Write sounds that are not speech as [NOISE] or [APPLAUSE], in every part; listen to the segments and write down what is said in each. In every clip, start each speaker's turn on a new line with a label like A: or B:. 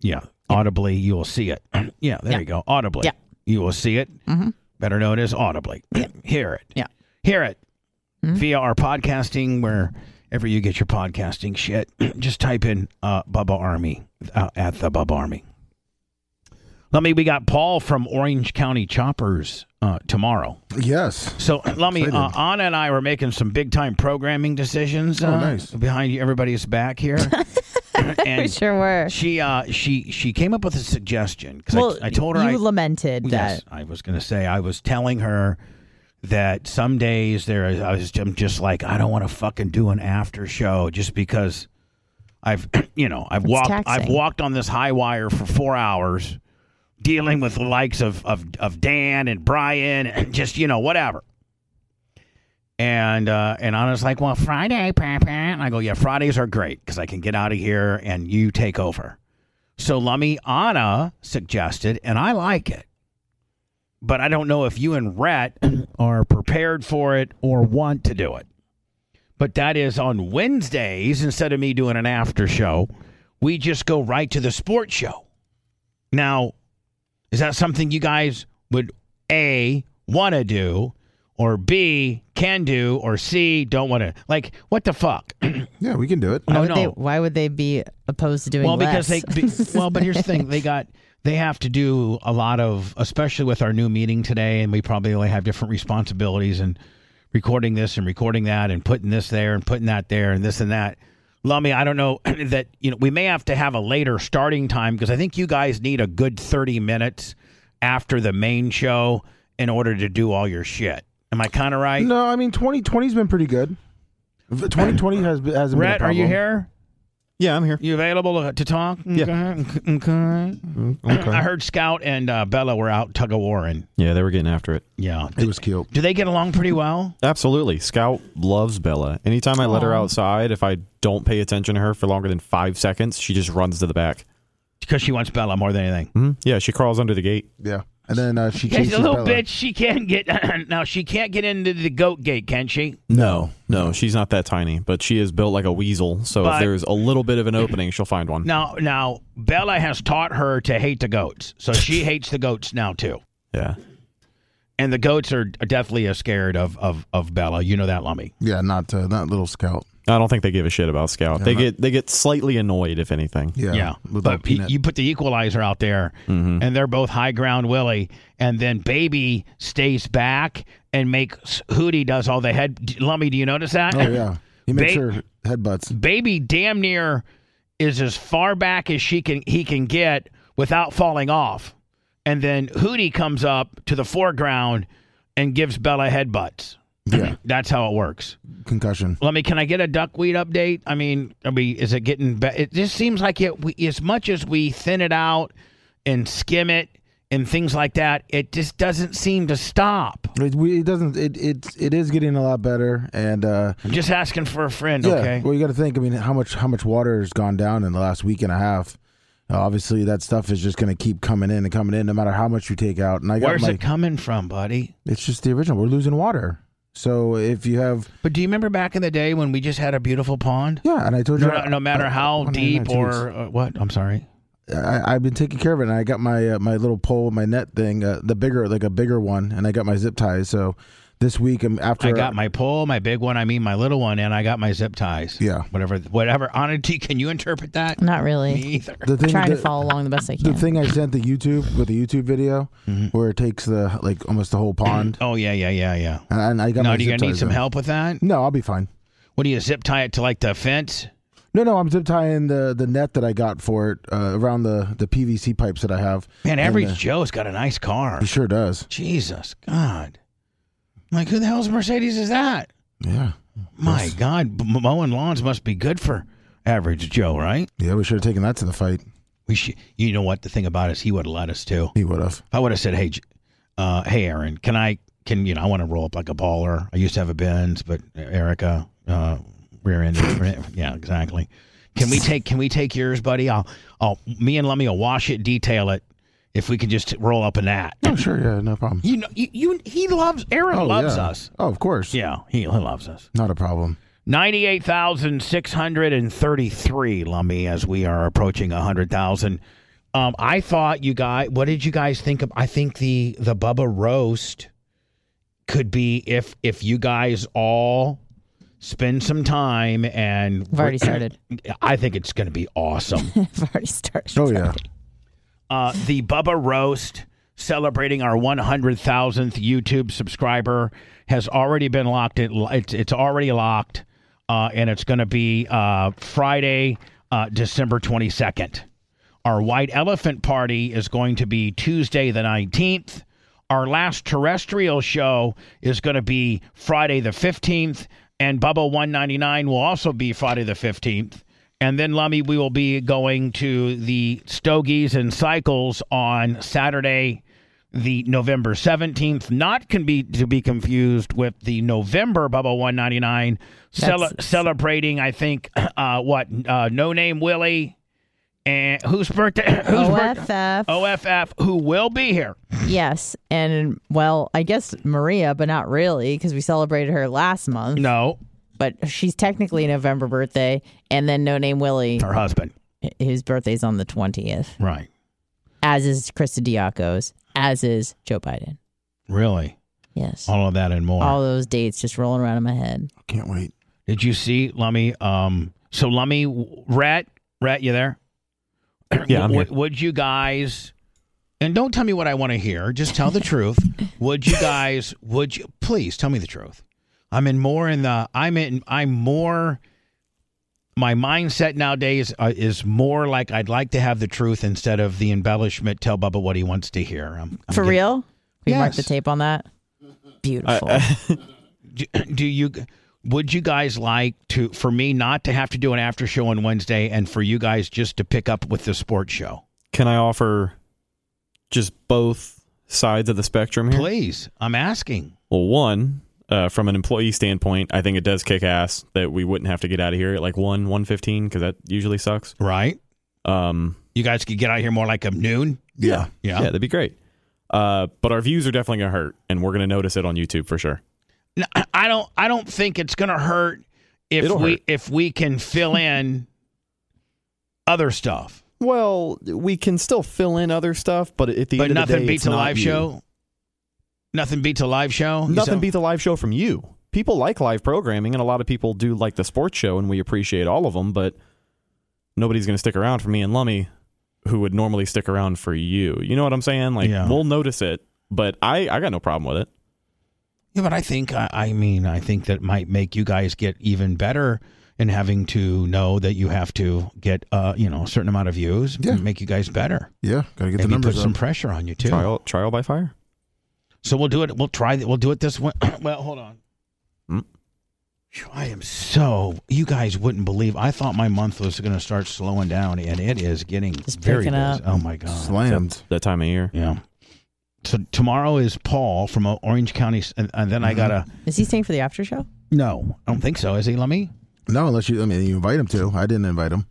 A: Yeah, audibly you will see it. [CLEARS THROAT] yeah, there
B: Yeah.
A: you go. Audibly,
B: Yeah. Mm-hmm.
A: you will see it. Better known as audibly. hear it.
B: Yeah. Mm-hmm.
A: hear it via our podcasting wherever you get your podcasting shit. [CLEARS THROAT] Just type in uh, Bubba Army uh, at the Bubba Army. Lummy, we got Paul from Orange County Choppers uh, tomorrow.
C: Yes.
A: So, [CLEARS THROAT] Lummy,
C: Excited.
A: uh, Anna and I were making some big time programming decisions.
C: Oh,
A: uh,
C: nice.
A: Behind you, everybody's back
B: [LAUGHS]
A: here. and
B: We sure were.
A: she uh, she she came up with a suggestion because
B: Well,
A: I, I told her I,
B: you lamented
A: Yes,
B: that.
A: I was going to say I was telling her that some days there is I was I'm just like I don't want to fucking do an after show just because I've [CLEARS THROAT] you know I've walked I've
B: taxing.
A: walked on this high wire for four hours dealing with the likes of of of Dan and Brian and [CLEARS THROAT] just you know whatever. And uh, and Anna's like, well, Friday, Papa. And I go, yeah, Fridays are great because I can get out of here and you take over. So Lummy Anna suggested, and I like it but I don't know if you and Rhett [CLEARS THROAT] are prepared for it or want to do it. But that is on Wednesdays, instead of me doing an after show, we just go right to the sports show. Now, is that something you guys would A, want to do, or B, can do, or C, don't want to? Like, what the fuck?
C: Yeah, we can do it.
B: Why
A: No,
B: would, they,
A: no.
B: why would they be opposed to doing
A: Well, because
B: less?
A: they be- well, but here's the thing: they got they have to do a lot of, especially with our new meeting today, and we probably only have different responsibilities and recording this and recording that and putting this there and putting that there and this and that. Lummy, I don't know [CLEARS THROAT] that you know we may have to have a later starting time because I think you guys need a good thirty minutes after the main show in order to do all your shit. Am I kind of right?
D: uh,
C: No, I mean 2020's been pretty good. V- 2020 has been, hasn't been a
A: Brett, are you
C: problem.
A: here?
C: Yeah, I'm here.
A: You available to- to talk?
C: Yeah.
A: Okay. okay. I
C: Okay.
A: heard Scout and uh, Bella were out tug of war, and
C: Yeah, they were getting after it.
A: yeah,
D: It was cute.
A: do they get along pretty well?
C: Absolutely. Scout loves Bella. Anytime I let her
B: Aw.
C: outside, if I don't pay attention to her for longer than five seconds, she just runs to the back.
A: Because she wants Bella more than anything.
C: hmm Yeah, she crawls under the gate.
D: Yeah. And then uh, she
A: She's
D: chases
A: a little
D: Bella.
A: bitch. She can get [CLEARS THROAT] now. She can't get into the goat gate, can she?
C: No, no, she's not that tiny, but she is built like a weasel. So
A: But-
C: if there's a little bit of an opening, she'll find one.
A: Now, now Bella has taught her to hate the goats, so she hates the goats now too.
C: Yeah.
A: And the goats are deathly as scared of of of Bella. You know that, Lummy.
D: Yeah, not uh, not little scout.
C: I don't think they give a shit about Scout. They get they get slightly annoyed if anything.
D: Yeah.
A: Yeah,
D: Little
A: but y-
D: peanut. Mm-hmm.
A: you put the equalizer out there, and they're both high ground Willie, and then Baby stays back and makes Hootie does all the head. D- Lummy, do you notice that?
D: oh yeah. He makes
A: Ba-
D: her headbutts.
A: Baby damn near is as far back as she can he can get without falling off, and then Hootie comes up to the foreground and gives Bella headbutts.
D: Yeah.
A: That's how it works.
D: Concussion.
A: Let me. Can I get a duckweed update? I mean, I mean, is it getting better? It just seems like it. We, as much as we thin it out and skim it and things like that, it just doesn't seem to stop.
D: It, we, it doesn't. It it's it is getting a lot better. And uh,
A: I'm just asking for a friend.
D: yeah,
A: Okay.
D: well, you got to think. I mean, how much how much water has gone down in the last week and a half? Uh, obviously, that stuff is just going to keep coming in and coming in, no matter how much you take out. And I got
A: Where's
D: my.
A: it coming from, buddy?
D: it's just the original. We're losing water. So if you have
A: But do you remember back in the day when we just had a beautiful pond?
D: yeah, and I told
A: No,
D: you
A: no, no matter how
D: I- I-
A: deep or uh, what. I'm sorry.
D: I, I've been taking care of it, and I got my uh, my little pole, my net thing, uh, the bigger, like a bigger one, and I got my zip ties. So this week, I'm after
A: I got my pole, my big one. I mean, my little one, and I got my zip ties.
D: Yeah.
A: Whatever. Whatever. Honesty, can you interpret
D: [LAUGHS]
A: that?
B: Not
A: Me
B: really.
A: either.
D: the thing.
B: Trying
D: the,
B: to follow along the best I
D: the
B: can.
D: thing I sent the YouTube with the YouTube video
A: Mm-hmm.
D: where it takes the like almost the
A: [CLEARS THROAT]
D: whole pond,
A: Oh yeah, yeah, yeah, yeah.
D: and, and I got
A: Now,
D: my
A: do you
D: zip
A: gonna need
D: ties
A: some
D: in.
A: help with that?
D: No, I'll be fine.
A: What do you zip tie it to like the fence?
D: No, no, I'm zip tying the the net that I got for it uh, around the the PVC pipes that I have.
A: Man, every
D: And, uh,
A: Joe's got a nice car.
D: he sure does.
A: Jesus God, I'm like who the hell's Mercedes is that?
D: Yeah,
A: My God, m- mowing lawns must be good for average Joe, right?
D: yeah. We should have taken that to the fight.
A: We should. You know what the thing about is, he would have let us too.
D: He would have.
A: If I would have said, "Hey, J- uh, hey, Aaron, can I? Can you know? I want to roll up like a baller. I used to have a Benz, but Erica uh, rear-ended. [LAUGHS] yeah, exactly. Can we take? Can we take yours, buddy? I'll. I'll. Me and Lummy will wash it, detail it. If we can just roll up in that.
D: Oh, sure. Yeah, no problem.
A: You know, you, you he loves Aaron
D: Oh,
A: loves
D: yeah.
A: us.
D: Oh, of course.
A: Yeah, he, he loves us.
D: Not a problem.
A: Ninety-eight thousand six hundred and thirty-three, Lummy, as we are approaching a hundred thousand. Um, I thought you guys. What did you guys think of? I think the the Bubba roast could be if if you guys all spend some time and
B: I've
A: [LAUGHS]
B: already started.
A: I think it's going to be awesome.
B: I've already started.
D: Oh yeah.
A: uh, the Bubba Roast celebrating our 100,000th YouTube subscriber has already been locked. It, it's, it's already locked, uh, and it's going to be uh, Friday, uh, December 22nd. Our White Elephant Party is going to be Tuesday the 19th. Our last terrestrial show is going to be Friday the 15th, and Bubba 199 will also be Friday the 15th. And then, Lummy, we will be going to the Stogies and Cycles on Saturday, the November 17th. Not can be to be confused with the November Bubba 199 cele-
B: That's-
A: celebrating, I think, [CLEARS THROAT] uh, what? Uh, no Name Willie. And whose birthday? [CLEARS THROAT] Whose birthday?
B: OFF.
A: OFF, who will be here.
B: Yes. And, well, I guess Maria, but not really, because we celebrated her last month.
A: No,
B: But she's technically a November birthday. And then No Name Willie,
A: [LAUGHS] her husband.
B: his birthday's on the 20th,
A: Right.
B: as is Krista Diaco's, as is Joe Biden.
A: Really?
B: Yes.
A: All of that and more.
B: All those dates just rolling around in my head.
D: Can't wait.
A: Did you see Lummy? Um, so Lummy, Rat, Rat, you there?
C: [COUGHS] Yeah, I'm here.
A: would, would you guys? And don't tell me what I want to hear. Just tell the
B: [LAUGHS]
A: truth. Would you guys? Would you please tell me the truth? I'm in more in the. I'm in. I'm more. My mindset nowadays uh, is more like I'd like to have the truth instead of the embellishment. Tell Bubba what he wants to hear. I'm, I'm
B: For
A: getting-
B: real? We marked the
A: Yes.
B: tape on that. Beautiful.
A: [CLEARS THROAT] Do, do you Would you guys like to for me not to have to do an after show on Wednesday and for you guys just to pick up with the sports show?
C: Can I offer just both sides of the spectrum here?
A: Please. I'm asking.
C: Well, one, uh, from an employee standpoint, I think it does kick ass that we wouldn't have to get out of here at like one, one fifteen, because that usually sucks.
A: Right?
C: Um,
A: You guys could get out here more like a noon.
D: Yeah.
A: Yeah.
C: yeah, that'd be great. Uh, but our views are definitely gonna hurt, and we're gonna notice it on YouTube for sure.
A: No, I- I don't I don't think it's gonna hurt if
C: It'll
A: we
C: hurt.
A: if we can fill in other stuff.
C: Well, we can still fill in other stuff, but at the
A: But
C: end of the
A: nothing
C: day,
A: beats
C: it's
A: a
C: not
A: live
C: you.
A: show. Nothing beats a live show.
C: Nothing
A: So-
C: beats a live show from you. People like live programming, and a lot of people do like the sports show, and we appreciate all of them. But nobody's going to stick around for me and Lummy, who would normally stick around for you. You know what I'm saying? Like
A: Yeah.
C: we'll notice it, but I I got no problem with it.
A: Yeah, but I think I, I mean I think that might make you guys get even better in having to know that you have to get uh you know a certain amount of views.
D: Yeah.
A: Make you guys better.
D: Yeah. Gotta
A: Maybe
D: get the
A: put
D: numbers up.
A: some pressure on you too.
C: Trial trial by fire.
A: So we'll do it. We'll try. th- We'll do it this one. [COUGHS] well, hold on.
D: Mm.
C: Hmm.
A: Phew, I am so. You guys wouldn't believe. I thought my month was going to start slowing down, and it is getting
B: It's
A: very
B: picking up.
A: busy. Oh my god.
D: Slammed.
C: That time of year.
A: yeah. So tomorrow is Paul from uh, Orange County, s- and, and then
D: Mm-hmm.
A: I gotta.
B: Is he staying for the after show?
A: No, I don't think so. Is he? Let me.
D: No, unless you, I mean, you invite him to. I didn't invite him.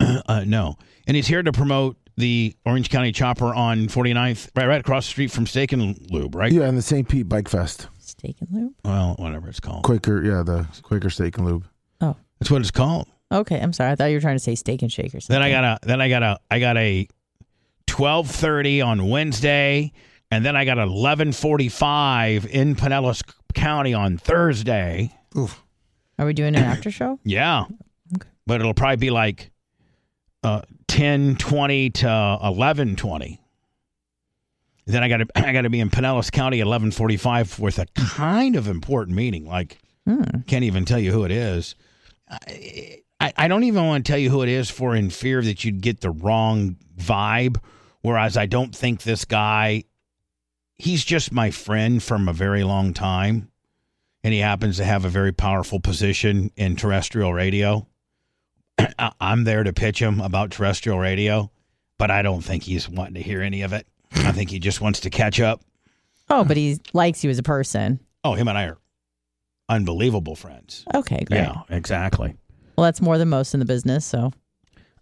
A: [CLEARS THROAT] Uh, no, and he's here to promote the Orange County Chopper on 49th, right, right across the street from Steak and Lube, right?
D: Yeah, and the St. Pete Bike Fest.
B: Steak and lube.
A: Well, whatever it's called.
D: Quaker, yeah, the Quaker Steak and Lube.
A: That's what it's called.
B: Okay, I'm sorry. I thought you were trying to say steak and shake or something.
A: Then I got a then I got a I got a twelve thirty on Wednesday, and then I got eleven forty five in Pinellas County on Thursday.
B: Are we doing an after show?
A: Yeah,
B: Okay.
A: but it'll probably be like uh, ten twenty to eleven twenty. Then I got to [CLEARS THROAT] I got to be in Pinellas County eleven forty five with a kind of important meeting. Like
B: Hmm.
A: can't even tell you who it is. I, I, I don't even want to tell you who it is for in fear that you'd get the wrong vibe. Whereas I don't think this guy, he's just my friend from a very long time. And he happens to have a very powerful position in terrestrial radio. [CLEARS THROAT] I, I'm there to pitch him about terrestrial radio, but I don't think he's wanting to hear any of it. I think he just wants to catch up.
B: Oh, but he likes you as a person.
A: Oh, him and I are unbelievable friends.
B: Okay, great.
A: Yeah, exactly.
B: Well, that's more than most in the business. So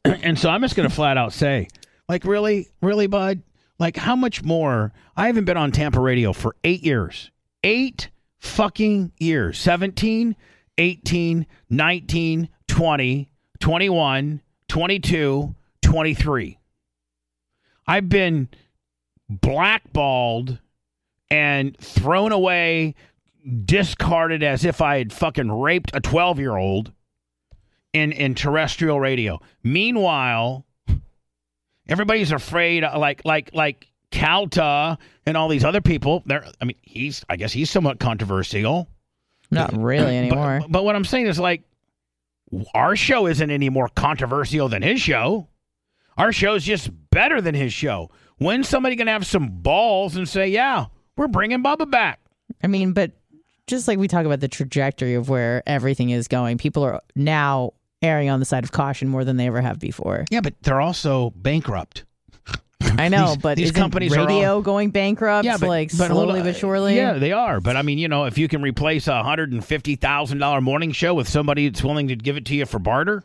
A: and so I'm just going to flat out say, like, really, really, bud, like, how much more? I haven't been on Tampa radio for eight years, eight fucking years 17, 18, 19, 20, 21, 22, 23. I've been blackballed and thrown away, discarded as if I had fucking raped a 12 year old in in terrestrial radio. Meanwhile, everybody's afraid uh, like like like Calta and all these other people. They're I mean, he's I guess he's somewhat controversial.
B: not really
A: But-
B: anymore.
A: But, what I'm saying is like our show isn't any more controversial than his show. Our show's just better than his show. When's somebody gonna have some balls and say, "Yeah, we're bringing Bubba back"?
B: I mean, but just like we talk about the trajectory of where everything is going, people are now erring on the side of caution more than they ever
A: [LAUGHS]
B: have before.
A: Yeah, but they're also bankrupt.
B: I know,
A: These-
B: but
A: these
B: isn't
A: companies are all-
B: radio going bankrupt, like
A: hold
B: slowly
A: on.
B: but surely.
A: uh, Yeah, they are. But I mean, you know, if you can replace a hundred and fifty thousand dollar morning show with somebody that's willing to give it to you for barter,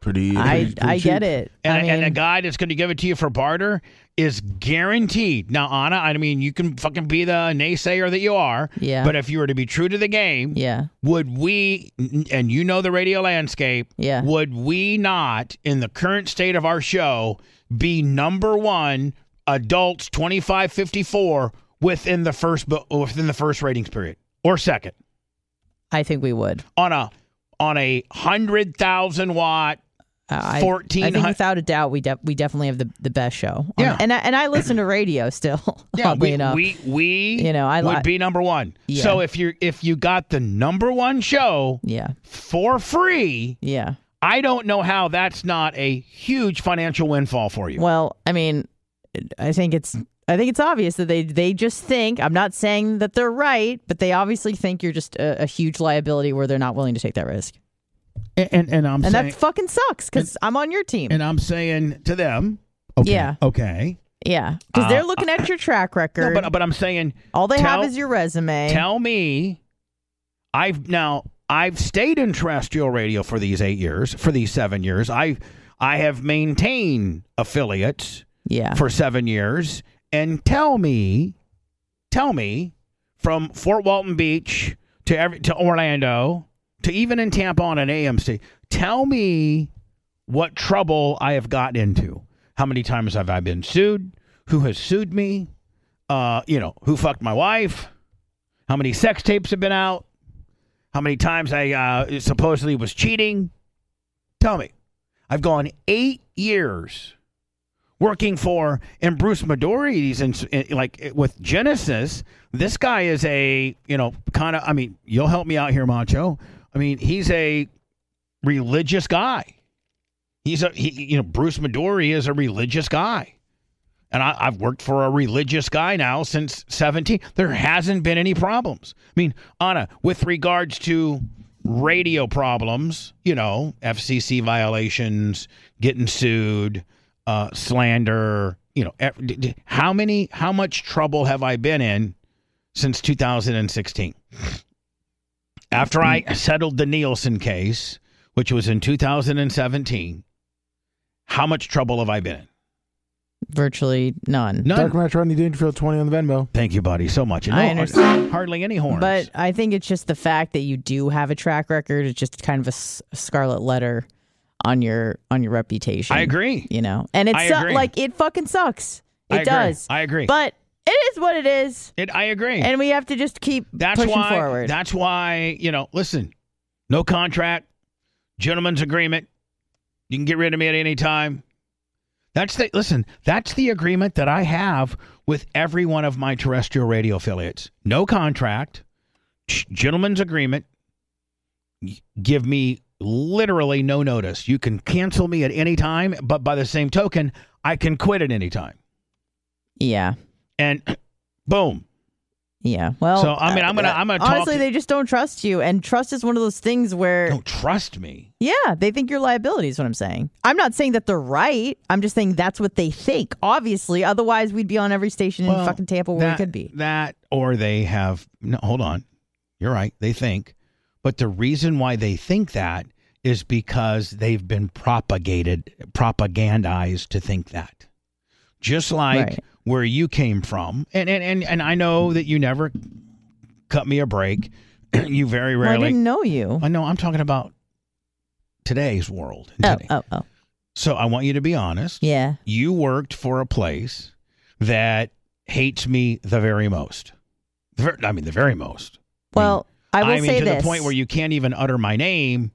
D: Pretty.
B: I
D: pretty- pretty
B: I get
D: cheap.
B: it.
A: and,
B: I
A: a-
B: mean,
A: and a guy that's going to give it to you for barter is guaranteed. Now, Anna, I mean, you can fucking be the naysayer that you are,
B: yeah,
A: but if you were to be true to the game,
B: yeah,
A: would we? And you know the radio landscape.
B: yeah.
A: Would we not, in the current state of our show, be number one adults 25 54 within the first bo- within the first ratings period or second
B: I think we would.
A: on a on a hundred thousand
B: [LAUGHS]
A: watt
B: I, I-
A: fourteen
B: I think
A: hun-
B: without a doubt, we de- we definitely have the, the best show. on-
A: Yeah.
B: and I, and I listen to radio still. [LAUGHS]
A: yeah,
B: oddly
A: we,
B: enough,
A: we we
B: You know, I li-
A: would be number one.
B: Yeah.
A: So if you if you got the number one show
B: yeah,
A: for free,
B: yeah.
A: I don't know how that's not a huge financial windfall for you.
B: Well, I mean, I think it's I think it's obvious that they they just think I'm not saying that they're right, but they obviously think you're just a, a huge liability where they're not willing to take that risk,
A: And and, and I'm
B: and
A: saying
B: that fucking sucks because I'm on your team.
A: and I'm saying to them, okay,
B: Yeah.
A: okay.
B: yeah, because
A: Uh,
B: they're looking at your track
A: No,
B: record.
A: but but I'm saying
B: All they
A: tell-
B: have is your resume.
A: tell me i've now i've stayed in terrestrial radio for these eight years for these seven years i i have maintained affiliates
B: yeah,
A: for seven years and tell me tell me from fort walton beach to every to orlando to even in tampa on an amc tell me what trouble i have gotten into how many times have i been sued who has sued me uh you know who fucked my wife how many sex tapes have been out how many times i uh, supposedly was cheating tell me i've gone eight years working for and Bruce Midori's and like with Genesis. This guy is a you know kind of. I mean, you'll help me out here, Macho. I mean, he's a religious guy. He's a he, you know Bruce Midori is a religious guy. And I, I've worked for a religious guy now since 17. There hasn't been any problems. I mean, Anna, with regards to radio problems, you know, FCC violations, getting sued, uh, slander, you know, ev- d- d- how many, how much trouble have I been in since 2016? After I settled the Nielsen case, which was in 2017, how much trouble have I been in?
B: virtually none.
A: None.
D: Dark Match Rodney Dangerfield 20 on the Venmo.
A: Thank you, buddy, so much. And
B: I
A: no-
B: understand.
A: Hardly any horns.
B: But I think it's just the fact that you do have a track record is just kind of a s- scarlet letter on your on your reputation.
A: I agree.
B: You know, and it's
A: I
B: su-
A: agree.
B: like it fucking sucks.
A: I
B: It
A: agree.
B: does.
A: I agree.
B: But it is what it is,
A: It, I agree.
B: and we have to just keep
A: that's
B: pushing
A: why.
B: forward.
A: That's why you know. Listen, no contract, gentleman's agreement. You can get rid of me at any time. That's the listen. That's the agreement that I have with every one of my terrestrial radio affiliates. No contract, ch- gentleman's agreement. Y- Give me literally no notice. You can cancel me at any time, but by the same token, I can quit at any time.
B: yeah,
A: And [CLEARS THROAT] boom,
B: yeah. Well, uh,
A: So, I mean, I'm gonna- I'm gonna talk
B: honestly,
A: to-
B: they just don't trust you, and trust is one of those things where
A: don't trust me.
B: Yeah, they think you're liability is what I'm saying. I'm not saying that they're right. I'm just saying that's what they think, obviously. Otherwise, we'd be on every station in
A: Well,
B: fucking Tampa where
A: that-
B: we could be.
A: That or they have no hold on. You're right. They think. But the reason why they think that is because they've been propagated propagandized to think that. Just like
B: Right.
A: where you came from. And and, and and I know that you never cut me a break. [CLEARS THROAT] you very
B: Well, I
A: rarely
B: didn't know you.
A: I know I'm talking about today's world. and
B: Oh,
A: today.
B: oh, oh.
A: So I want you to be honest
B: Yeah.
A: you worked for a place that hates me the very most. The ver- I mean, the very most.
B: Well, I will
A: I mean,
B: say
A: to
B: this.
A: the point where you can't even utter my name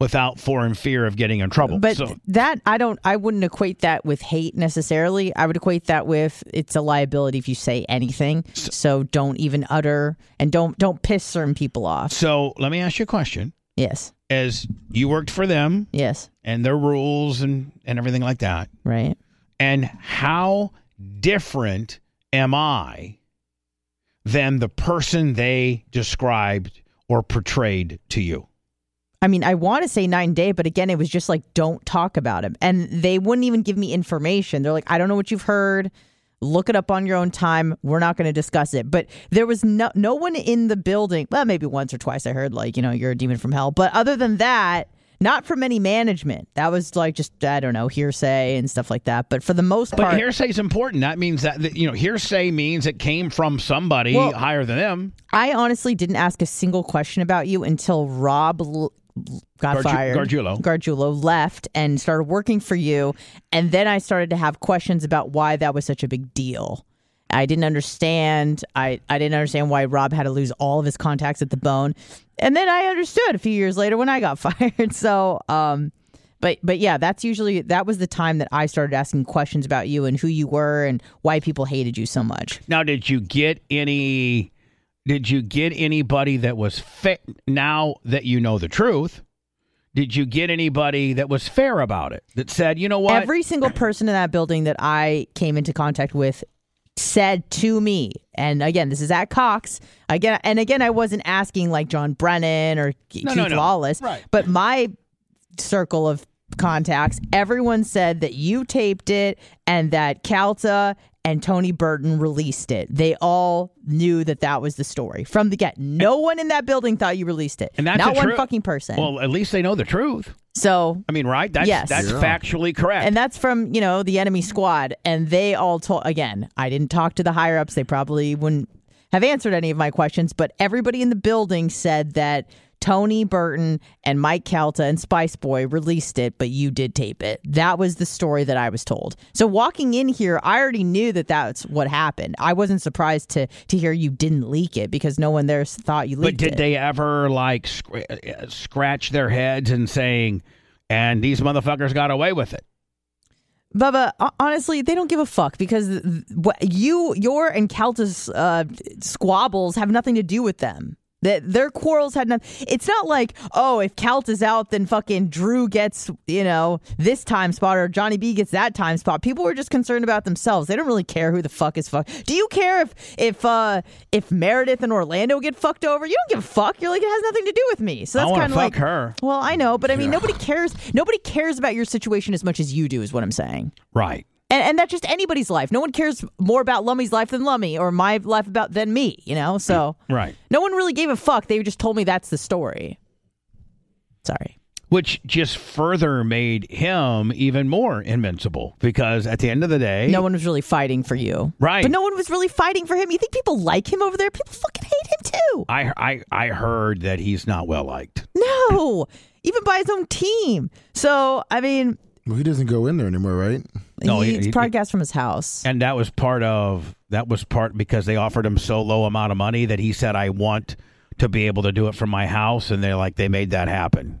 A: without for and fear of getting in trouble.
B: but
A: so,
B: that I don't I wouldn't equate that with hate necessarily. I would equate that with it's a liability if you say anything. So, don't even utter and don't don't piss certain people off.
A: so let me ask you a question:
B: Yes.
A: As you worked for them
B: Yes.
A: and their rules and and everything like that,
B: Right.
A: and how different am I than the person they described or portrayed to you?
B: I mean, I want to say nine day, but again, it was just like, don't talk about him. And they wouldn't even give me information. They're like, I don't know what you've heard. Look it up on your own time. We're not going to discuss it. But there was no no one in the building. Well, maybe once or twice I heard like, you know, you're a demon from hell. But other than that, not from any management. That was like just I don't know hearsay and stuff like that. But for the most
A: But
B: part,
A: hearsay is important. That means that, that, you know hearsay means it came from somebody
B: Well-
A: higher than them.
B: I honestly didn't ask a single question about you until Rob l- l- got
A: Gargiu-
B: fired.
A: Gargiulo.
B: Gargiulo left and started working for you. And then I started to have questions about why that was such a big deal. I didn't understand. I, I didn't understand why Rob had to lose all of his contacts at the bone. And then I understood a few years later when I got [LAUGHS] fired. So, um, but but yeah, that's usually that was the time that I started asking questions about you and who you were and why people hated you so much.
A: Now, did you get any? Did you get anybody that was fit? Now that you know the truth, did you get anybody that was fair about it? That said, you know what?
B: Every single person in that building that I came into contact with said to me, and again, this is at Cox. Again, and again, I wasn't asking like John Brennan or Keith
A: No, no, no.
B: Lawless,
A: Right.
B: but my circle of contacts, everyone said that you taped it and that Calta and Tony Burton released it. They all knew that that was the story from the get. No one in that building thought you released it.
A: And that's
B: not
A: a
B: one
A: tru-
B: fucking person.
A: Well, at least they know the truth.
B: so
A: I mean, right? That's
B: Yes.
A: that's
D: Yeah.
A: factually correct.
B: and that's from you know the enemy squad and they all told again i didn't talk to the higher ups they probably wouldn't have answered any of my questions but everybody in the building said that tony burton and mike calta and spice boy released it but you did tape it that was the story that i was told so walking in here i already knew that that's what happened i wasn't surprised to to hear you didn't leak it because no one there thought you
A: but
B: leaked
A: did
B: it
A: they ever like scr- uh, scratch their heads and saying, "And these motherfuckers got away with it"?
B: Bubba, ho- honestly, they don't give a fuck because th- th- what you, your, and Calta's uh, squabbles have nothing to do with them. That their quarrels had nothing. It's not like oh, if Calta's out, then fucking Drew gets you know this time spot or Johnny B gets that time spot. People were just concerned about themselves. They don't really care who the fuck is fuck. Do you care if if uh if Meredith and Orlando get fucked over? You don't give a fuck. You're like it has nothing to do with me. So
A: I
B: that's
A: wanna
B: kind of
A: fuck
B: like
A: her.
B: Well, I know, but I mean, nobody cares. Nobody cares about your situation as much as you do. Is what I'm saying.
A: Right.
B: And, and that's just anybody's life. No one cares more about Lummy's life than Lummy or my life about than me, you know? So
A: [LAUGHS] Right.
B: no one really gave a fuck. They just told me that's the story. Sorry.
A: Which just further made him even more invincible because at the end of the day,
B: No one was really fighting for you.
A: Right.
B: But no one was really fighting for him. You think people like him over there? People fucking hate him too.
A: I, I I heard that he's not well liked.
B: No. Even by his own team. So, I mean,
D: Well, he doesn't go in there anymore, right?
A: No, he-
B: he's
A: he-
B: broadcast from his house.
A: And that was part of that was part because they offered him so low amount of money that he said I want to be able to do it from my house and they're like they made that happen.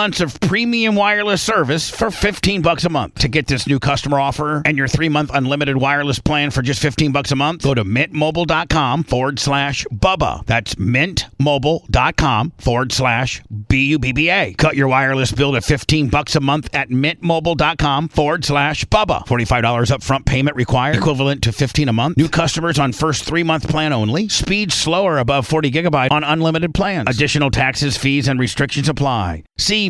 A: of premium wireless service for 15 bucks a month. To get this new customer offer and your 3-month unlimited wireless plan for just 15 bucks a month, go to mintmobile.com forward slash Bubba. That's mintmobile.com forward slash B-U-B-B-A. Cut your wireless bill to 15 bucks a month at mintmobile.com forward slash Bubba. $45 upfront payment required, equivalent to 15 a month. New customers on first three-month plan only. Speed slower above 40 gigabyte on unlimited plans. Additional taxes, fees, and restrictions apply. See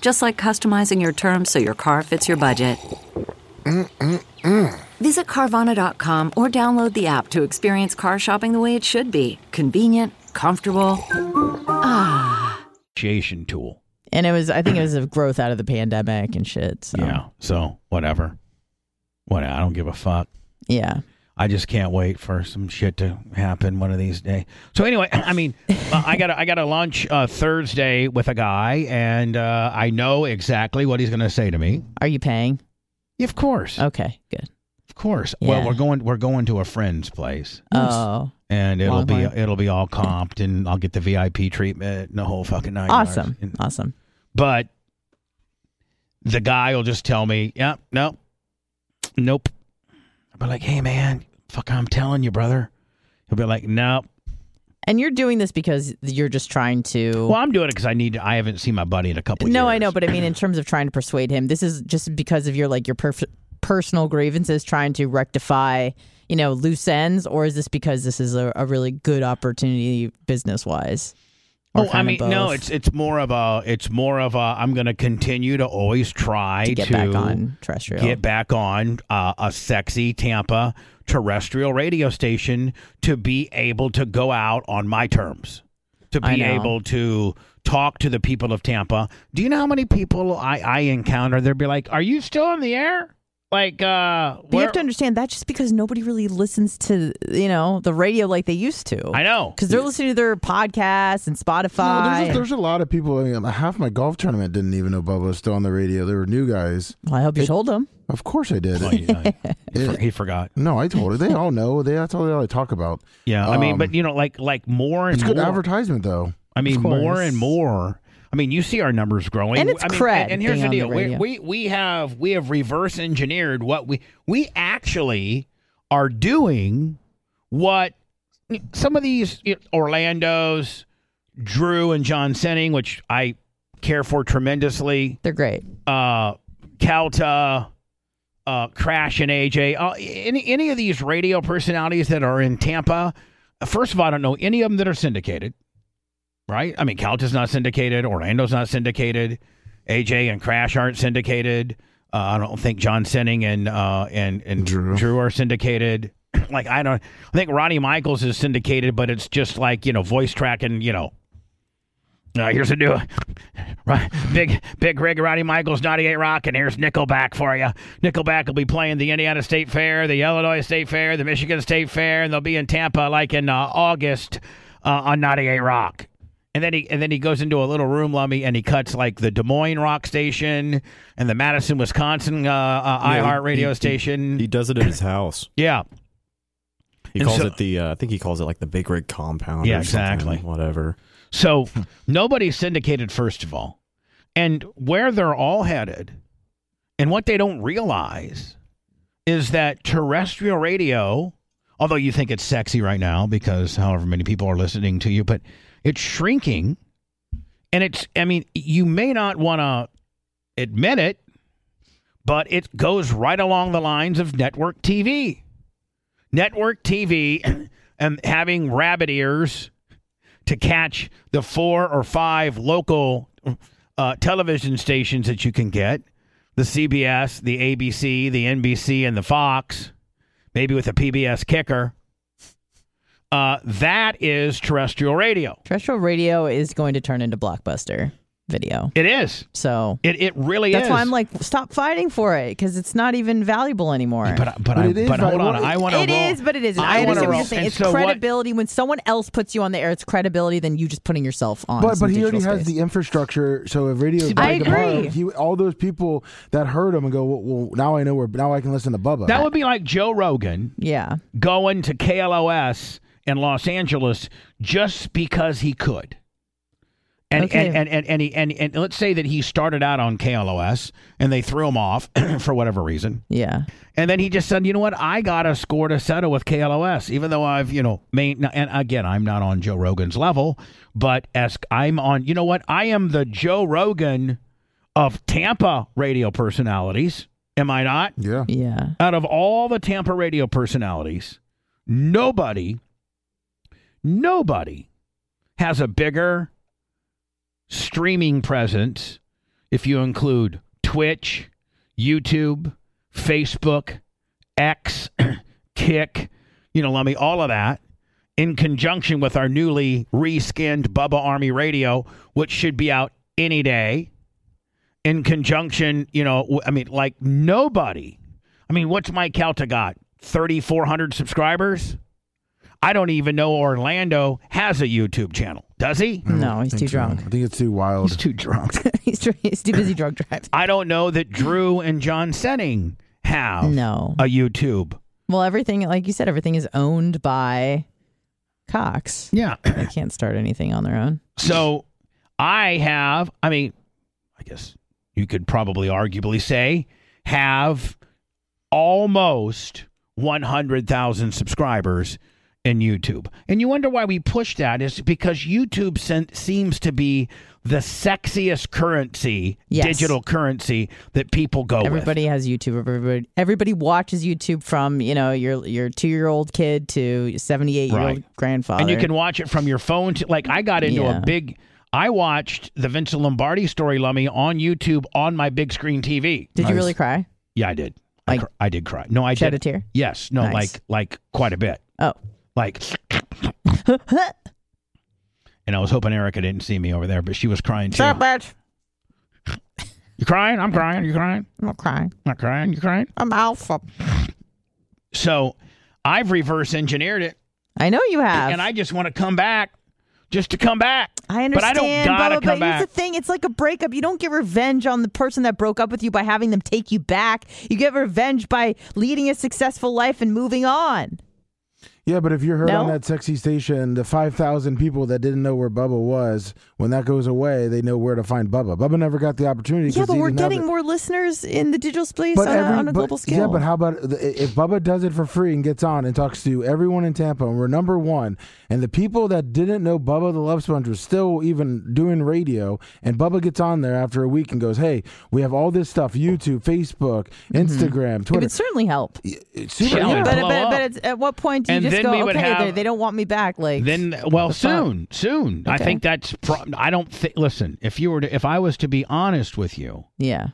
E: Just like customizing your terms so your car fits your budget. Visit Carvana.com or download the app to experience car shopping the way it should be convenient, comfortable.
A: Negotiation tool.
B: And it was, I think it was a growth out of the pandemic and shit. So,
A: Yeah. So whatever. What I don't give a fuck.
B: yeah.
A: I just can't wait for some shit to happen one of these days. So anyway, [CLEARS THROAT] I mean, uh, I got I got a lunch uh, Thursday with a guy, and uh, I know exactly what he's going to say to me.
B: Are you paying?
A: Of course,
B: Okay, good.
A: of course.
B: Oh. Yeah.
A: Well, we're going we're going to a friend's place,
B: Oh,
A: and it'll be
B: Longhorn.
A: it'll be all comped, and I'll get the VIP treatment and the whole fucking nine. yards.
B: awesome,
A: And-
B: awesome.
A: but the guy will just tell me, yeah, no, nope. I'll be like, hey, man, fuck, I'm telling you, brother. He'll be like, no.
B: And you're doing this because you're just trying to.
A: Well, I'm doing it because I need to, I haven't seen my buddy in a couple years.
B: no, I know, but I mean, in terms of trying to persuade him, this is just because of your like your perf- personal grievances, trying to rectify, you know, loose ends, or is this because this is a, a really good opportunity business wise?
A: Oh, I mean, no, it's it's more of a it's more of a I'm going to continue to always try
B: to get back on terrestrial.
A: get back on uh, a sexy Tampa terrestrial radio station to be able to go out on my terms, to
B: I
A: be
B: know.
A: able to talk to the people of Tampa. Do you know how many people I, I encounter? They'll be like, "Are you still on the air?" Like, uh,
B: But you
A: where-
B: have to understand that just because nobody really listens to you know the radio like they used to.
A: I
B: [LAUGHS]
A: know.
B: because they're listening to their podcasts and
D: No,
B: Spotify.
D: there's, a, there's a lot of people. I mean, half my golf tournament didn't even know Bubba was still on the radio. There were new guys.
B: well, I hope you told them.
D: Of course, I did.
A: Oh, you know, he, for- he forgot.
D: no, I told her.
B: [LAUGHS]
D: They all know. They that's all they all talk about.
A: Yeah, I mean,
D: Um,
A: but you know, like, like more and
D: It's good
A: more.
D: advertisement, though.
A: I mean, more
B: course.
A: and more. I mean, you see our numbers growing,
B: And it's
A: I mean,
B: cred
A: And here's
B: being
A: the
B: on
A: deal:
B: the
A: we,
B: radio.
A: we we have we have reverse engineered what we we actually are doing. What some of these you know, Orlando's, Drew and John Senning, which I care for tremendously,
B: They're great.
A: uh, Calta, uh, Crash and AJ, uh, any any of these radio personalities that are in Tampa. First of all, I don't know any of them that are syndicated, right? I mean, Calta's not syndicated, Orlando's not syndicated, AJ and Crash aren't syndicated. Uh, I don't think John Senning and uh, and and Drew.
D: Drew.
A: are syndicated. [CLEARS THROAT] like I don't, I think Ronnie Michaels is syndicated, but it's just like you know voice tracking, you know. Uh, here's a new Right. Big Big Rig Roddy Michaels 98 Rock and here's Nickelback for you. Nickelback will be playing the Indiana State Fair, the Illinois State Fair, the Michigan State Fair, and they'll be in Tampa like in uh, August uh, on 98 Rock. And then he and then he goes into a little room lummy and he cuts like the Des Moines Rock station and the Madison Wisconsin uh, uh,
C: Yeah, he-
A: iHeart radio
C: he- he-
A: station.
C: He does it at his house.
A: yeah.
C: He
A: And
C: calls
A: so-
C: it the. Uh, I think he calls it like the big rig compound.
A: Yeah,
C: or something,
A: exactly.
C: Whatever.
A: So nobody's syndicated, first of all. And where they're all headed and what they don't realize is that terrestrial radio, although you think it's sexy right now because however many people are listening to you, but it's shrinking. And it's, I mean, you may not want to admit it, but it goes right along the lines of network TV. Network [CLEARS THROAT] TV and having rabbit ears to catch the four or five local uh, television stations that you can get the CBS, the ABC, the NBC, and the Fox, maybe with a PBS kicker. Uh, that is terrestrial radio.
B: Terrestrial radio is going to turn into blockbuster video.
A: It is.
B: So
A: It, it really
B: that's
A: is.
B: why I'm like, stop fighting for it because it's not even valuable anymore.
A: but, but,
D: But
A: I,
D: it is
A: but hold on.
D: valuable.
A: I want
B: It
A: to
B: is,
A: roll.
B: but it isn't.
A: I
B: I,
A: wanna
B: understand what
A: roll.
B: you're saying.
A: And
B: It's
A: so what-
B: credibility. When someone else puts you on the air, it's credibility than you just putting yourself on.
D: But
B: some
D: but he already
B: digital
D: has
B: space.
D: the infrastructure. So if radio,
A: See,
D: broke
A: I
D: apart,
B: agree.
D: He, all those people that heard him and go, well, well, now I know where. Now I can listen to Bubba.
A: That would be like Joe Rogan
B: Yeah.
A: going to KLOS in Los Angeles just because he could. And,
B: Okay.
A: and, and, and, and, he, and, and let's say that he started out on KLOS and they threw him off [CLEARS THROAT] for whatever reason.
B: Yeah.
A: And then he just said, you know what? I got to score to settle with KLOS, even though I've, you know, main. And again, I'm not on Joe Rogan's level, but as I'm on, you know what? I am the Joe Rogan of Tampa radio personalities. Am I not?
D: yeah.
B: Yeah.
A: out of all the Tampa radio personalities, nobody, nobody has a bigger streaming presence if you include Twitch, YouTube, Facebook, X, [CLEARS THROAT] Kick, you know, Lummy, all of that. In conjunction with our newly reskinned Bubba Army Radio, which should be out any day. In conjunction, you know, w- I mean, like nobody I mean, what's Mike Calta got? 3,400 subscribers. I don't even know Orlando has a YouTube channel. Does he?
B: No, he's
D: I
B: too
D: think so.
B: drunk. [LAUGHS]
D: I think it's too wild.
A: He's too drunk.
B: he's, dr- he's too busy
A: [LAUGHS]
B: drug driving.
A: I don't know that Drew and John Senning have
B: No.
A: a YouTube.
B: Well, everything, like you said, everything is owned by Cox.
A: Yeah.
B: They can't start anything on their own.
A: [CLEARS THROAT] So I have, I mean, I guess you could probably arguably say, have almost 100,000 subscribers in YouTube. And you wonder why we push that is because YouTube sen- seems to be the sexiest currency,
B: Yes.
A: digital currency that people go Oh, with.
B: Everybody has YouTube. Everybody, everybody watches YouTube from you know your your two year old kid to seventy eight year old
A: Right.
B: grandfather.
A: And you can watch it from your phone. To, like I got into
B: Yeah.
A: a big, I watched the Vincent Lombardi story, Lummy, on YouTube on my big screen TV.
B: Did you really cry?
A: Yeah, I did.
B: Like-
A: I, cr- I did cry. No, I
B: Shed
A: did.
B: a tear?
A: Yes. No,
B: Nice.
A: like like quite a bit.
B: Oh, [LAUGHS]
A: Like, and I was hoping Erica didn't see me over there, but she was crying too.
B: bitch.
A: You crying? I'm crying. You crying?
B: I'm not crying.
A: I'm not crying. You crying?
B: I'm alpha.
A: So, I've reverse engineered it,
B: I know you have.
A: and I just want to come back, just to come back.
B: I
A: But I
B: understand.
A: don't gotta
B: Bubba,
A: come
B: but
A: back.
B: here's the thing: it's like a breakup. You don't get revenge on the person that broke up with you by having them take you back. You get revenge by leading a successful life and moving on.
D: Yeah, but if you're heard on
B: No?
D: that sexy station, the 5,000 people that didn't know where Bubba was, when that goes away, they know where to find Bubba. Bubba never got the opportunity.
B: Yeah,
D: 'cause
B: but
D: he
B: we're
D: didn't have
B: getting
D: it.
B: more listeners in the digital space on, a,
D: every-
B: on a
D: but-
B: global scale.
D: Yeah, but how about the- if Bubba does it for free and gets on and talks to everyone in Tampa and we're number one, and the people that didn't know Bubba the Love Sponge was still even doing radio, and Bubba gets on there after a week and goes, "Hey, we have all this stuff: YouTube, Facebook,
B: Mm-hmm.
D: Instagram,
B: it
D: Twitter."
B: would certainly help.
D: It's super.
A: Yeah,
B: but,
A: would blow
B: but,
A: up.
B: but it's, at what point do you
A: And
B: just
A: then
B: go,
A: we would
B: okay, they-
A: have-
B: they don't want me back? Like,
A: Then well
B: fuck?
A: soon soon I
B: Okay.
A: think that's pro- I don't think listen if you were to, if I was to be honest with you
B: yeah.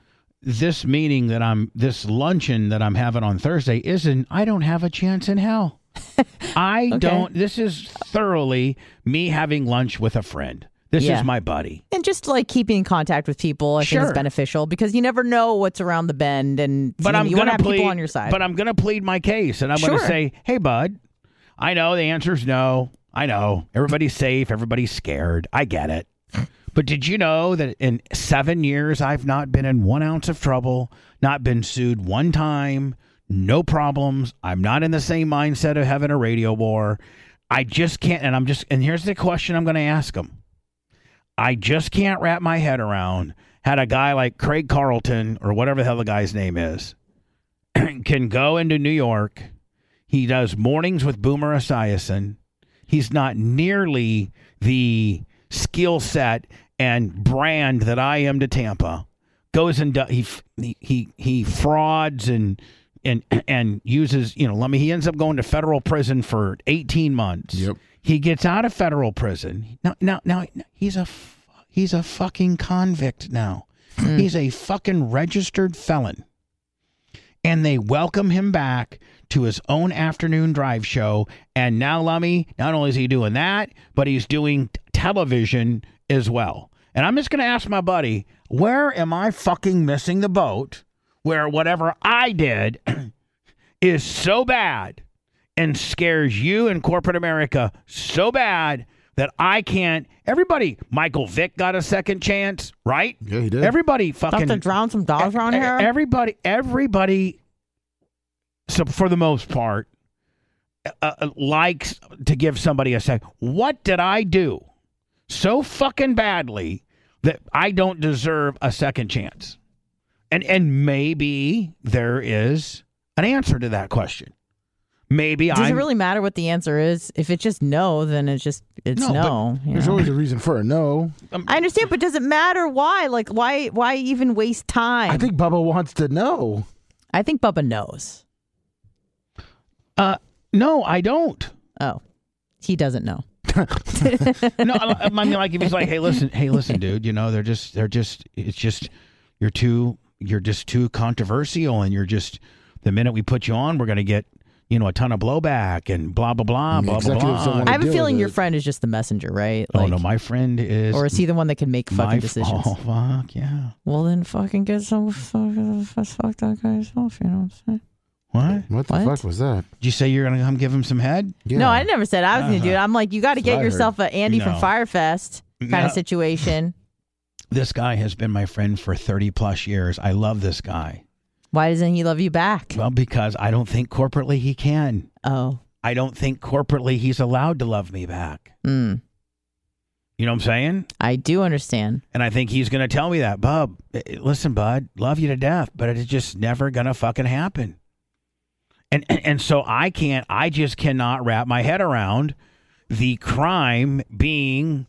A: this meeting that I'm this luncheon that I'm having on Thursday isn't I don't have a chance in
B: [LAUGHS]
A: hell. I don't this is thoroughly me having lunch with a friend. This
B: Yeah.
A: is my buddy.
B: And just like keeping in contact with people, I think
A: Sure.
B: is beneficial because you never know what's around the bend, and
A: But
B: you,
A: I'm
B: you
A: going
B: want
A: to
B: to have
A: plead
B: people on your side.
A: But I'm going to plead my case and I'm going
B: Sure.
A: to say, "Hey bud, I know the answer's no. I know. Everybody's safe, everybody's scared. I get it. But did you know that in 7 years I've not been in 1 ounce of trouble, not been sued one time, no problems. I'm not in the same mindset of having a radio war. I just can't and I'm just and here's the question I'm going to ask them. I just can't wrap my head around had a guy like Craig Carlton or whatever the hell the guy's name is [CLEARS THROAT] can go into New York. He does mornings with Boomer Esiason. He's not nearly the skill set and brand that I am to Tampa. Goes and do, he f- he he he frauds and and [CLEARS THROAT] and uses you know. Let me. He ends up going to federal prison for eighteen months.
D: Yep.
A: He gets out of federal prison. Now now now he's a f- he's a fucking convict now. He's a fucking registered felon and they welcome him back to his own afternoon drive show. And now Lummy, not only is he doing that, but he's doing t- television as well. And I'm just going to ask my buddy, where am I fucking missing the boat where whatever I did [CLEARS THROAT] is so bad and scares you and corporate America so bad that I can't. Everybody, Michael Vick got a second chance, right?
D: Yeah, he did.
A: Everybody
B: Don't
A: fucking
B: have to drown some dogs around
A: E-
B: here.
A: Everybody, everybody, so for the most part, uh, uh, likes to give somebody a say. What did I do so fucking badly that I don't deserve a second chance? And and maybe there is an answer to that question. Maybe
B: Does
A: I
B: it really matter what the answer is? If it's just no, then it's just it's
A: No, but
B: no. you
D: There's
B: know?
D: always a reason for a no.
A: um,
B: I understand, but does it matter why? Like why why even waste time?
D: I think Bubba wants
B: [LAUGHS]
D: to know. [LAUGHS]
B: I think Bubba knows.
A: uh, no, I don't.
B: Oh, he doesn't know.
A: no, I, I mean, like if he's like, "Hey, listen, hey, listen, dude, you know, they're just, they're just, it's just, you're too, you're just too controversial, and you're just, the minute we put you on, we're gonna get, you know, a ton of blowback and blah blah
B: Mm,
A: blah blah blah
D: Executives don't
A: blah."
D: wanna
B: I have a
D: deal
B: feeling
D: with
B: your
D: it.
B: friend is just the messenger, right?
A: oh no, my friend is,
B: or is he the one that can make
A: my
B: fucking
A: f-
B: decisions?
A: Oh fuck yeah,
B: uh, Well, then fucking get some fuck, fuck that guy's off. You know what I'm saying?
A: What?
D: What the
B: What?
D: fuck was that?
A: Did you say you're gonna come give him some head?
D: Yeah.
B: No, I never said I was going to do it. I'm like, you got to
D: That's what
B: get
D: I
B: yourself a Andy from
A: No.
B: Firefest kind
A: No.
B: of situation.
A: This guy has been my friend for 30 plus years. I love this guy.
B: Why doesn't he love you back?
A: Well, because I don't think corporately he can.
B: Oh,
A: I don't think corporately he's allowed to love me back.
B: mm,
A: You know what I'm saying?
B: I do understand.
A: And I think he's going to tell me that, Bub, eh, eh, listen, bud, love you to death, but it's just never going to fucking happen. And, and and so I can't I just cannot wrap my head around the crime being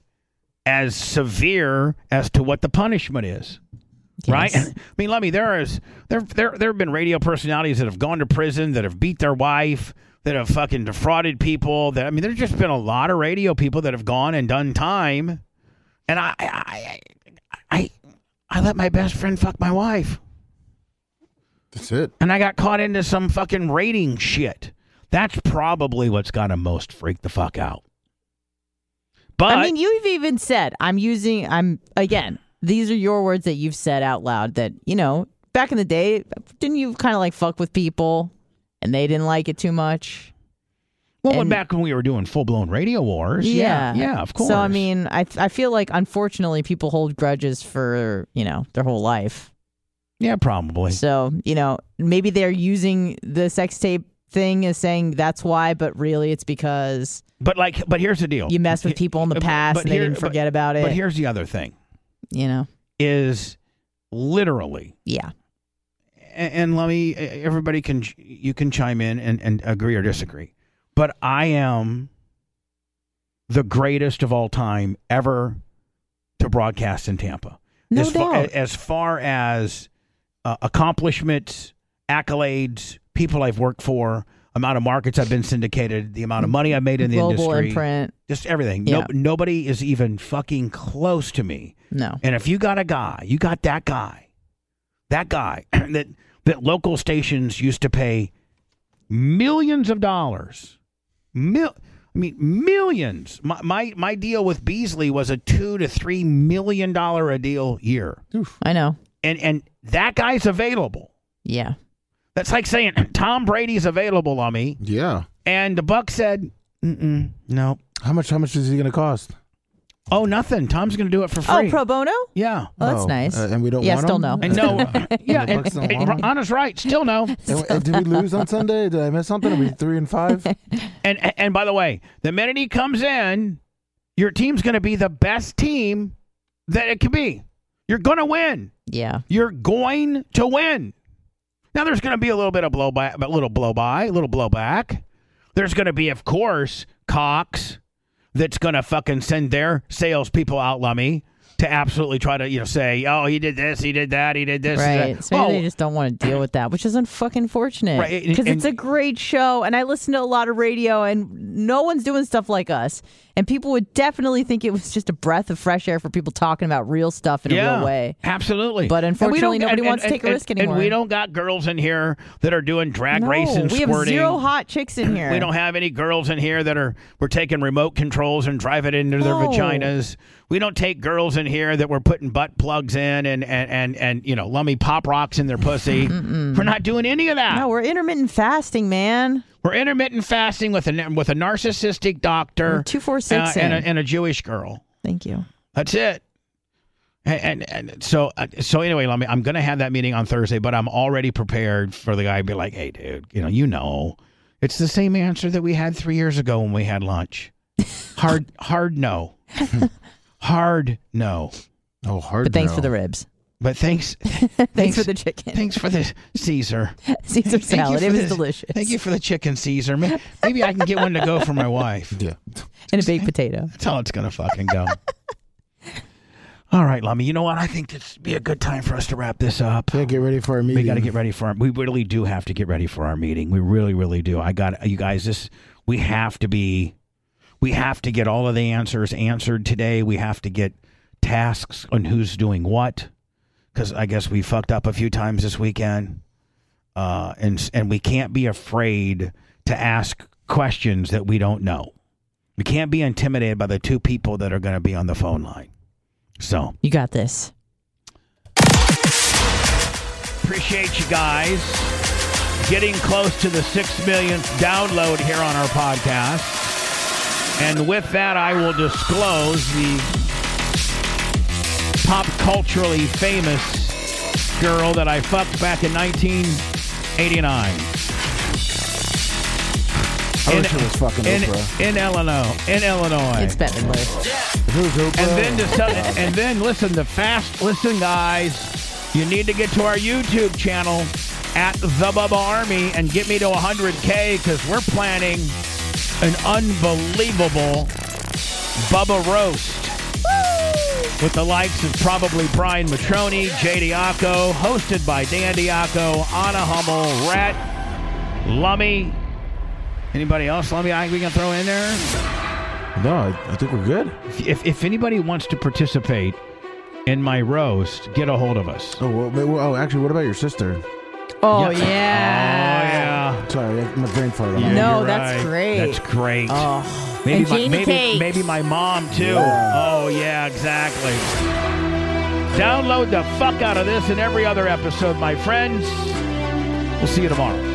A: as severe as to what the punishment is. Right?
B: Yes.
A: I mean, let me there is there there there have been radio personalities that have gone to prison, that have beat their wife, that have fucking defrauded people. That I mean, there's just been a lot of radio people that have gone and done time. And I I I I, I let my best friend fuck my wife,
F: That's it.
A: and I got caught into some fucking rating shit. That's probably what's got him most freaked the fuck out. [LAUGHS] But
B: I mean, you've even said, I'm using, I'm, again, these are your words that you've said out loud that, you know, back in the day, didn't you kind of like fuck with people and they didn't like it too much?
A: well, when
B: and-
A: back when we were doing full blown radio wars, yeah, yeah, of course.
B: So, I mean, I, I feel like unfortunately people hold grudges for, you know, their whole life.
A: yeah, probably.
B: So, you know, maybe they're using the sex tape thing as saying that's why, but really it's because
A: But like, but here's the deal:
B: you messed with people in the
A: Oh, But-
B: past
A: but
B: and they
A: here-
B: didn't forget about it.
A: But here's the other thing:
B: you know,
A: is literally,
B: yeah.
A: and, and let me. e, Everybody can you can chime in and, and agree or disagree. But I am the greatest of all time ever to broadcast in Tampa.
B: No
A: as Far,
B: doubt.
A: as far as uh, accomplishments, accolades, people I've worked for, amount of markets I've been syndicated, the amount of money I made in the
B: Global
A: industry,
B: imprint.
A: just everything.
B: Yeah.
A: No, nobody is even fucking close to me.
B: No.
A: And if you got a guy, you got that guy, that guy [CLEARS THROAT] that that local stations used to pay millions of dollars. Mil- I mean, millions. My, my my deal with Beasley was a two to three million dollar a deal year,
B: I know.
A: and and that guy's available.
B: Yeah.
A: That's like saying [CLEARS THROAT] Tom Brady's available on me,
F: Yeah.
A: and the Buck said, Mm-mm, "No,
D: How much? How much is he going to cost?
A: oh nothing. Tom's going to do it for free."
B: Oh, pro bono?
A: yeah,
B: Oh, that's
D: Oh,
B: nice.
D: uh, and we don't
B: Yeah,
D: want
B: still
D: him?
B: no.
A: and
D: [LAUGHS]
A: no, yeah,
D: the
A: and,
D: Bucks don't
A: and- [LAUGHS]
D: want him?
A: honest right, still no.
D: And- and did we lose on Sunday? Did I miss something? Are we three
B: [LAUGHS]
D: and five?
A: And and by the way, the minute he comes in, your team's going to be the best team that it could be. You're going to win.
B: yeah.
A: You're going to win. Now there's going to be a little bit of blow by, a little blow by, a little blowback. There's going to be, of course, Cox that's going to fucking send their salespeople out, Lummy, to absolutely try to you know say, oh, he did this, he did that, he did this. he did
B: Right.
A: that." Oh,
B: So maybe
A: Well,
B: they just don't want to deal with that, which is unfucking fortunate.
A: Right, and-
B: Because it's a
A: and-
B: great show, and I listen to a lot of radio, and no one's doing stuff like us. And people would definitely think it was just a breath of fresh air for people talking about real stuff in a real way.
A: Absolutely.
B: But
A: And we don't-
B: unfortunately, nobody
A: and-
B: wants to
A: and-
B: take a
A: and-
B: risk
A: And we
B: anymore.
A: don't got girls in here that are doing drag
B: no,
A: racing,
B: we have
A: squirting.
B: zero hot chicks in here.
A: [CLEARS THROAT] We don't have any girls in here that are we're taking remote controls and driving into their
B: No.
A: vaginas. We don't take girls in here that we're putting butt plugs in and and and, and you know lummy pop rocks in their
B: [LAUGHS]
A: pussy. we're not doing any of that.
B: No, we're intermittent fasting, man.
A: We're intermittent fasting with a with a narcissistic doctor,
B: We're 246
A: uh, and,
B: in.
A: a, and a Jewish girl.
B: Thank you.
A: That's it. And, and, and so uh, so anyway, let me. I'm gonna have that meeting on Thursday, but I'm already prepared for the guy to be like, "Hey, dude, you know, you know, it's the same answer that we had three years ago when we had
B: [LAUGHS]
A: lunch. Hard, hard no, hard no.
F: Oh, hard.
B: But thanks for the ribs. [LAUGHS]
A: But thanks,
B: Thanks, for the chicken.
A: thanks for the Caesar
B: [LAUGHS]
A: Thank
B: Caesar
A: you
B: salad.
A: for
B: It was
A: this-
B: delicious.
A: Thank you for the chicken Caesar. May- Maybe I can get one to go for my wife.
F: Yeah.
B: And a baked potato.
A: That's how it's gonna fucking go. All right, Lummy. You know what? I think this would be a good time for us to wrap this up.
D: Yeah, get ready for our meeting.
A: We got to get ready for our. We really do have to get ready for our meeting. We really, really do. I got you guys. This we have to be. We have to get all of the answers answered today. We have to get tasks on who's doing what, because I guess we fucked up a few times this weekend, uh, and s- and we can't be afraid to ask questions that we don't know. We can't be intimidated by the two people that are going to be on the phone line. So.
B: You got this.
A: Appreciate you guys. Getting close to the six millionth download here on our podcast. And with that, I will disclose the pop culturally famous girl that I fucked back in 1989.
D: I
A: In-
D: wish Oh, it was fucking
A: in,
D: Oprah.
A: in Illinois. In Illinois.
B: It's better than this.
D: If it was Oprah,
A: And then to sell it, and then listen to fast. Listen, guys, you need to get to our YouTube channel at the Bubba Army and get me to 100k because we're planning an unbelievable Bubba roast with the likes of probably Brian Matroni, J. Diaco, hosted by Dan Diaco, Anna Hummel, Rat, Lummy. Anybody else, Lummy? I think we can throw in there
D: no, I, I think we're good.
A: if, if anybody wants to participate in my roast, get a hold of us.
D: Oh, well, but- well, oh, actually, what about your sister?
B: Oh yeah.
A: Oh, yeah.
D: Sorry, I- my brain farted.
A: Yeah,
D: on
B: No,
A: you're
B: that's
A: right.
B: great.
A: That's great.
B: Oh,
A: maybe,
B: and
A: my,
B: Jamie
A: maybe,
B: Cakes.
A: maybe my mom, too. Oh, yeah, exactly. Download the fuck out of this and every other episode, my friends. We'll see you tomorrow.